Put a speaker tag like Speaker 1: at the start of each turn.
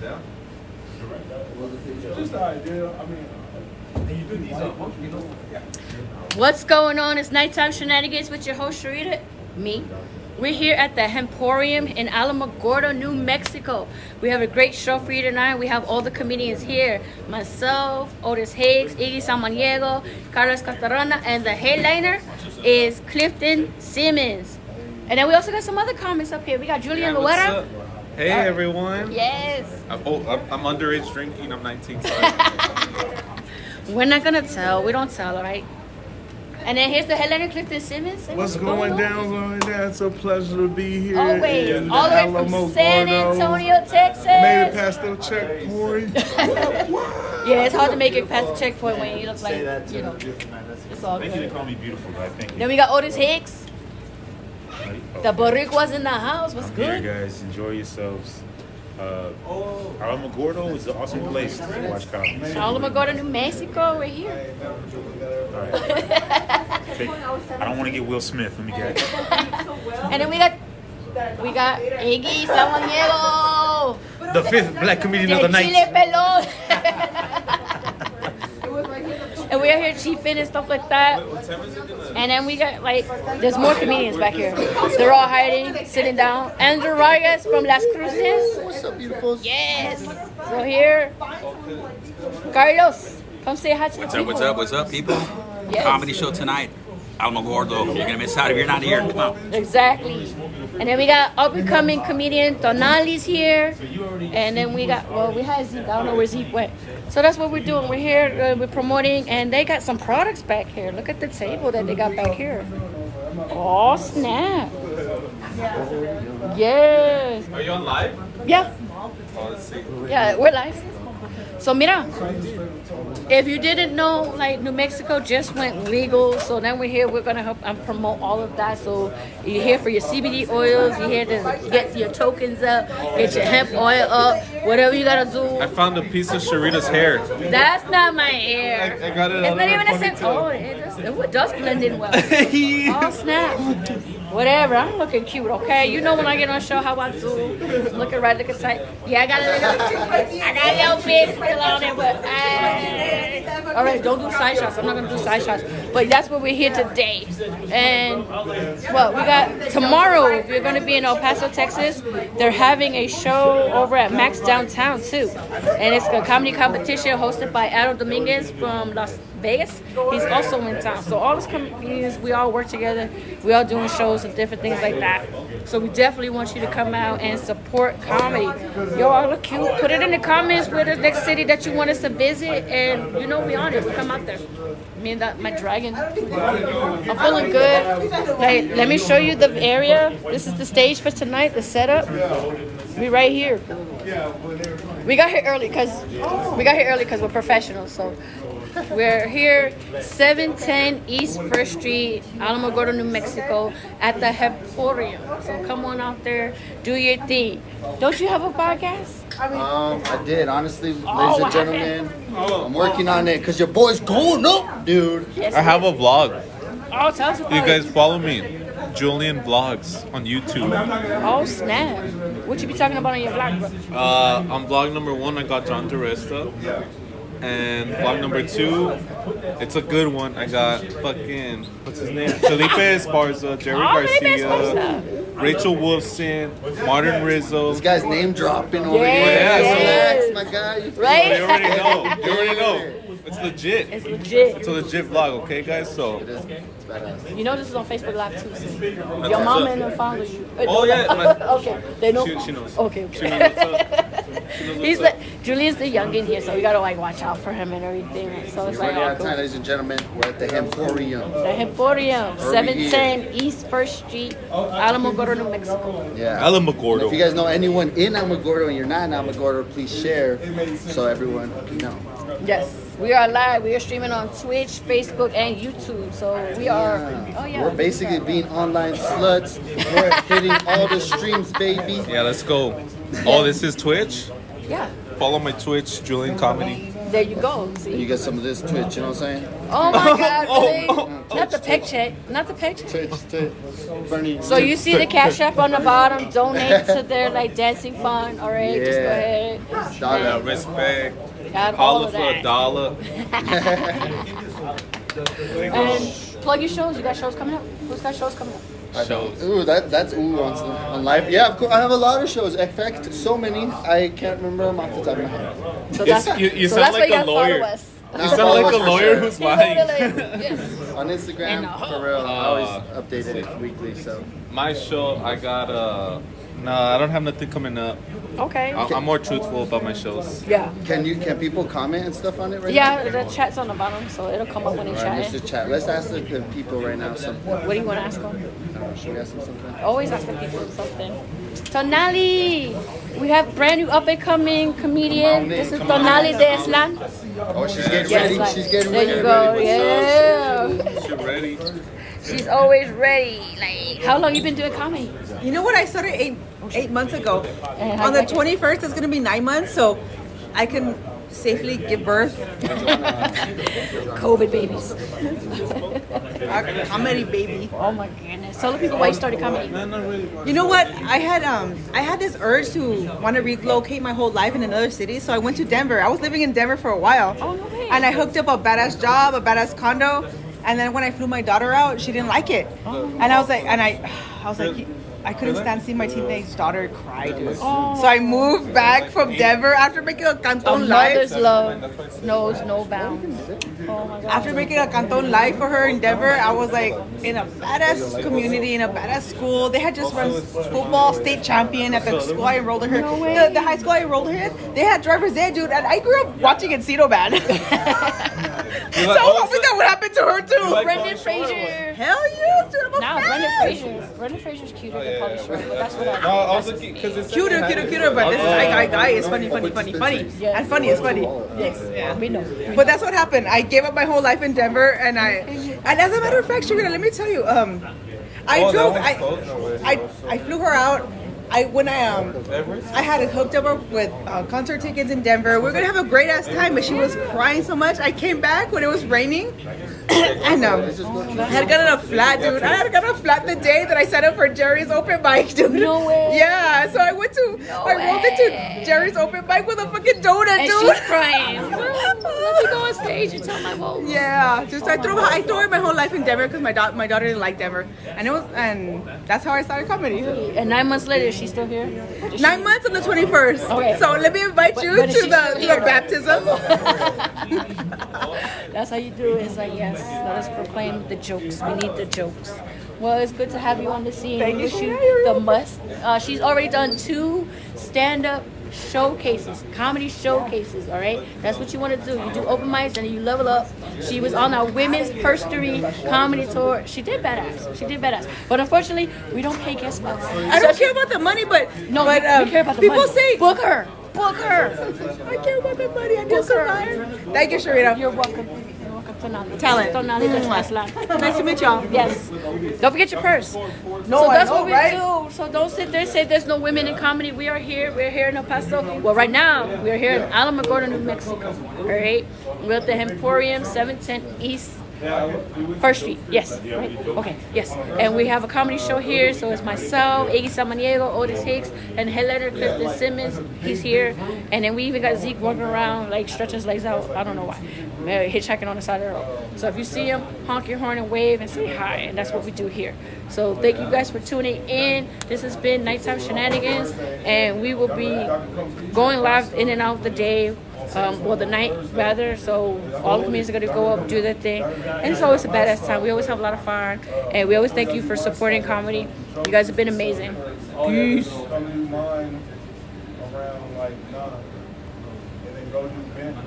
Speaker 1: down.
Speaker 2: Just the idea, I mean,
Speaker 1: And uh, you do these on once, you know?
Speaker 3: What's going on? It's Nighttime Shenanigans with your host, Sharita. Me. We're here at the Hemporium in Alamogordo, New Mexico. We have a great show for you tonight. We have all the comedians here myself, Otis Higgs, Iggy Samaniego, Carlos Castarona, and the headliner is Clifton Simmons. And then we also got some other comments up here. We got Julian
Speaker 1: Yeah, what's
Speaker 3: Loera.
Speaker 1: up?
Speaker 4: Hey everyone.
Speaker 3: Yes.
Speaker 1: I'm, oh, I'm, I'm underage drinking. I'm 19. Sorry.
Speaker 3: We're not going to tell. We don't tell, all right? And then here's the headliner, Clifton Simmons. Hey,
Speaker 4: What's going down, going down? It's a pleasure to be here.
Speaker 3: Always,
Speaker 4: in
Speaker 3: all the way from
Speaker 4: Alamogordo.
Speaker 3: San Antonio, Texas.
Speaker 4: Made it past the checkpoint.
Speaker 3: Yeah, it's hard to make it past the checkpoint when you look like you know. It's all
Speaker 5: They should
Speaker 3: good.
Speaker 5: call me beautiful, but I think
Speaker 3: Then we got Otis Hicks. The Barik was in the house. What's
Speaker 5: I'm here,
Speaker 3: good?
Speaker 5: guys. Enjoy yourselves. Uh, Alamogordo is an awesome place to watch comedy.
Speaker 3: Charlotte go to New Mexico. We're here.
Speaker 5: All right. Take- I don't want to get Will Smith. Let me get it.
Speaker 3: And then we got we got Iggy Samaniego.
Speaker 5: the fifth black comedian
Speaker 3: The
Speaker 5: of the
Speaker 3: Chile
Speaker 5: night.
Speaker 3: Pelon. and we are here chiefing and stuff like that.
Speaker 1: What time is it gonna?
Speaker 3: And then we got like there's more comedians back here. They're all hiding, sitting down. Andrew Reyes from Las Cruces.
Speaker 6: What's up, beautifuls?
Speaker 3: Yes. So here, Carlos, come say hi to
Speaker 7: What's
Speaker 3: the
Speaker 7: up, what's
Speaker 3: people.
Speaker 7: up, what's up, people?
Speaker 3: Yes.
Speaker 7: Comedy show tonight. Alamogordo. You're going to miss out if you're not here. Come on.
Speaker 3: Exactly. And then we got up and coming comedian Tonali's here. And then we got, well, we had Zeke. I don't know where Zeke went. So that's what we're doing. We're here, uh, we're promoting, and they got some products back here. Look at the table that they got back here. Oh, snap. Yes.
Speaker 1: Are you on live?
Speaker 3: Yeah.
Speaker 1: Oh, let's see.
Speaker 3: Yeah, we're live. So mira, if you didn't know, like New Mexico just went legal, so then we're here. We're gonna help and promote all of that. So you're here for your CBD oils. You're here to get your tokens up, get your hemp oil up, whatever you gotta
Speaker 1: I
Speaker 3: do.
Speaker 1: found a piece of Sharita's hair.
Speaker 3: That's not my
Speaker 1: I, I
Speaker 3: hair.
Speaker 1: got it
Speaker 3: It's
Speaker 1: out of
Speaker 3: not
Speaker 1: her
Speaker 3: even a scent. Oh,
Speaker 1: ponytail.
Speaker 3: it does, it does blend in well. Oh snap! Whatever, I'm looking cute, okay? You know when I get on show how I do. Looking right, looking tight. Yeah, I got a little, I got a little bit still on it, but I, all right, don't do side shots. I'm not gonna do side shots. But that's what we're here today. And well, we got tomorrow. We're gonna be in El Paso, Texas. They're having a show over at Max Downtown too, and it's a comedy competition hosted by Adam Dominguez from Las Vegas. He's also in town. So all us comedians, we all work together. We all doing shows and different things like that. So we definitely want you to come out and support comedy. Yo, all look cute. Put it in the comments where the next city that you want us to visit, and you know we on it. We come out there. Me and that, my dragon. I'm feeling good. Like, let me show you the area. This is the stage for tonight. The setup. We right here. We got here early because we got here early because we're professionals. So we're here, 710 East First Street, Alamogordo, New Mexico, at the Hemporium. So come on out there, do your thing. Don't you have a podcast?
Speaker 6: Um, I did, honestly, ladies
Speaker 3: Oh,
Speaker 6: and gentlemen. I'm working on it because your boy's going up, dude.
Speaker 3: Yes.
Speaker 1: I have a vlog.
Speaker 3: Oh, tell us about
Speaker 1: You guys
Speaker 3: it.
Speaker 1: follow me. Julian Vlogs on YouTube.
Speaker 3: Oh snap! What you be talking about on your vlog, bro?
Speaker 1: Uh, on vlog number one, I got John Teresta. And vlog number two, it's a good one. I got fucking, what's his name? Felipe Esparza, Jerry
Speaker 3: Oh, Felipe
Speaker 1: Garcia,
Speaker 3: Esparza.
Speaker 1: Rachel Wolfson, Martin Rizzo.
Speaker 6: This guy's name dropping over
Speaker 3: Yeah,
Speaker 6: here.
Speaker 1: yeah.
Speaker 6: Relax, my guy. You
Speaker 1: You already
Speaker 3: Right?
Speaker 1: know. You already know. It's legit.
Speaker 3: It's legit.
Speaker 1: It's a legit vlog, okay, guys? So.
Speaker 6: It's badass.
Speaker 3: You know this is on Facebook Live too. So your
Speaker 1: what's
Speaker 3: mom
Speaker 1: up.
Speaker 3: and her follow you.
Speaker 1: Oh, yeah, my-
Speaker 3: okay. They know.
Speaker 1: She- she knows.
Speaker 3: Okay.
Speaker 1: She knows what's up. knows
Speaker 3: He's
Speaker 1: what's
Speaker 3: the Julian's the young in here, so we gotta like watch out for him and everything. So it's like
Speaker 6: You're running
Speaker 3: all
Speaker 6: out of
Speaker 3: cool.
Speaker 6: time, ladies and gentlemen. We're at the Hemporium.
Speaker 3: The Hemporium,
Speaker 6: Over
Speaker 3: 710 East 1st Street,
Speaker 1: Oh,
Speaker 3: Alamogordo, New Mexico.
Speaker 6: Yeah. And if you
Speaker 1: Alamogordo.
Speaker 6: guys know anyone in Alamogordo and you're not in Alamogordo, please share so everyone can know.
Speaker 3: Yes. We are live. We are streaming on Twitch, Facebook, and YouTube. So we are. Oh, yeah.
Speaker 6: We're basically being online sluts. We're hitting all the streams, baby.
Speaker 1: Yeah, let's go. Oh, this is Twitch?
Speaker 3: Yeah.
Speaker 1: Follow my Twitch, Julian Comedy.
Speaker 3: There you go.
Speaker 6: You
Speaker 3: See?
Speaker 6: get some of this Twitch, you know what I'm saying?
Speaker 3: Oh, my God.
Speaker 1: Oh,
Speaker 3: Really?
Speaker 1: oh,
Speaker 3: Not the peck check. Not the peck check.
Speaker 6: Twitch, Twitch. Bernie.
Speaker 3: So you see the cash app on the bottom. Donate to their like dancing fund. All right, just go ahead.
Speaker 1: Yeah,
Speaker 6: Dollar.
Speaker 1: respect.
Speaker 3: Got all
Speaker 1: Holla
Speaker 3: of
Speaker 1: for a
Speaker 3: that.
Speaker 1: dollar.
Speaker 3: And plug your shows. You got shows coming up? Who's got shows coming up?
Speaker 1: Shows.
Speaker 6: Ooh, that, that's ooh on, on live. Yeah, of course. I have a lot of shows. In fact, so many, I can't remember them off the top of my head.
Speaker 3: So
Speaker 1: It's-
Speaker 3: that's,
Speaker 1: you- you
Speaker 3: so
Speaker 1: sound
Speaker 3: that's why
Speaker 1: like
Speaker 3: you
Speaker 1: a
Speaker 3: gotta follow
Speaker 1: lawyer.
Speaker 3: us.
Speaker 1: You sound like a lawyer who's lying.
Speaker 3: Yes.
Speaker 6: On Instagram,
Speaker 3: And a hoe.
Speaker 6: for real. I
Speaker 1: Uh,
Speaker 6: always update it weekly, so.
Speaker 1: My show, I got uh, no, I don't have nothing coming up.
Speaker 3: Okay.
Speaker 1: I- I'm more truthful about my shows.
Speaker 3: Yeah.
Speaker 6: Can you can people comment and stuff on it right now?
Speaker 3: Yeah, the chat's on the bottom, so it'll come up when you
Speaker 6: All right,
Speaker 3: chat.
Speaker 6: Mr. Chat, let's ask the, the people right now something. I
Speaker 3: What do you want to ask them?
Speaker 6: don't know, should we ask them something?
Speaker 3: Always ask the people something. Tonali, we have brand new up and coming comedian. This is Tonali de Eslan.
Speaker 6: Oh, she's getting
Speaker 3: Yes,
Speaker 6: ready.
Speaker 3: like-
Speaker 6: She's getting
Speaker 3: there
Speaker 6: ready.
Speaker 3: you go. Yeah,
Speaker 1: You ready?
Speaker 3: she's always ready. Like, how long you been doing comedy?
Speaker 2: You know what? I started eight eight months ago.
Speaker 3: And how
Speaker 2: On the
Speaker 3: Uh, like it?
Speaker 2: 21st, it's going to be nine months, so I can safely give birth.
Speaker 3: COVID babies.
Speaker 2: A comedy baby.
Speaker 3: Oh my goodness. Tell the people why you started comedy.
Speaker 2: You know what? I had um I had this urge to want to relocate my whole life in another city, so I went to Denver. I was living in Denver for a while.
Speaker 3: Oh, no way.
Speaker 2: And I hooked up a badass job, a badass condo, and then when I flew my daughter out, she didn't like it. And I was like and I I was like I couldn't stand seeing my teenage daughter cry, dude. So I moved back from Denver after making a
Speaker 3: A
Speaker 2: Canton live.
Speaker 3: mother's love knows no bounds. Oh my god.
Speaker 2: After making a Canton live for her in Denver, I was like in a badass community, in a badass school. They had just run football state champion at the school I enrolled her. The, the high school I enrolled her in, they had drivers there, dude. And I grew up watching Encino Man. so I was hoping that would happen to her too.
Speaker 3: Brendan Fraser.
Speaker 2: Hell yeah, dude. I'm a
Speaker 3: Nah,
Speaker 2: fan.
Speaker 3: Brendan Fraser. Brendan Fraser's cuter
Speaker 1: Oh,
Speaker 3: than Polly Shore, but that's what I.
Speaker 1: No, I was looking because it's
Speaker 2: Cuter, cuter, cuter, but this is I guy guy is funny, funny, funny, funny.
Speaker 3: Yes.
Speaker 2: And funny is funny.
Speaker 3: Yes, we know.
Speaker 2: But that's what happened. I gave up my whole life in Denver, and I, and as a matter of fact, Shaguna, let me tell you, um, I drove, I, I, I flew her out. I when I um, I had it hooked up with uh, concert tickets in Denver. We were gonna have a great ass time, but she was crying so much. I came back when it was raining, and um, I had gotten a flat, dude. I had gotten a flat the day that I set up for Jerry's open mic, dude.
Speaker 3: No way.
Speaker 2: Yeah, so I went to, I rolled into Jerry's open mic with a fucking donut,
Speaker 3: And
Speaker 2: dude.
Speaker 3: she's crying. Let me go on stage and tell my whole.
Speaker 2: Yeah, just I threw I threw away my whole life in Denver because my daughter my daughter didn't like Denver, and it was and that's how I started comedy.
Speaker 3: And nine months later, she's still here. Does she-
Speaker 2: Nine months on the twenty first.
Speaker 3: Okay.
Speaker 2: So let me invite you
Speaker 3: but is
Speaker 2: to
Speaker 3: she
Speaker 2: the,
Speaker 3: still
Speaker 2: to
Speaker 3: here?
Speaker 2: the baptism.
Speaker 3: That's how you do it. It's like yes, let us proclaim the jokes. We need the jokes. Well, it's good to have you on the scene.
Speaker 2: Thank
Speaker 3: we
Speaker 2: you
Speaker 3: wish
Speaker 2: for
Speaker 3: you
Speaker 2: having
Speaker 3: the
Speaker 2: me.
Speaker 3: must. Uh, she's already done two stand-up showcases, comedy showcases. All right, that's what you want to do. You do open mics and you level up. She was on our women's pursery comedy tour. She did badass. She did badass. But unfortunately, we don't pay guest spots.
Speaker 2: I don't care about the money, but
Speaker 3: No,
Speaker 2: but,
Speaker 3: we,
Speaker 2: um,
Speaker 3: we care about the
Speaker 2: people
Speaker 3: money.
Speaker 2: say
Speaker 3: book her, book her.
Speaker 2: I care about the money. I just survived. Thank you, Sharita.
Speaker 3: You're welcome. You're welcome, Tonali.
Speaker 2: Talent.
Speaker 3: Tonali, that's last line.
Speaker 2: Nice to meet y'all.
Speaker 3: Yes. Don't forget your purse.
Speaker 2: No,
Speaker 3: so
Speaker 2: I
Speaker 3: that's
Speaker 2: know,
Speaker 3: what we
Speaker 2: right?
Speaker 3: do. So don't sit there and say there's no women in comedy. We are here. We're here in El Paso. Well, right now, we're here in Alamogordo, New Mexico. All right? We're at the Emporium, 710 East. First Street, yes. Right? Okay, yes. And we have a comedy show here, so it's myself, Iggy Samaniego, Otis Hicks, and Helena Clifton Simmons. He's here. And then we even got Zeke walking around, like stretching his legs out. I don't know why. Maybe Hitchhiking on the side of the road. So if you see him, honk your horn and wave and say hi. And that's what we do here. So thank you guys for tuning in. This has been Nighttime Shenanigans, and we will be going live in and out the day um, well, the night rather. So all the comedians are gonna go up, do their thing, and it's always a badass time. We always have a lot of fun, and we always thank you for supporting comedy. You guys have been amazing. Peace.
Speaker 8: Come to mine around like nine, and then go to Benton.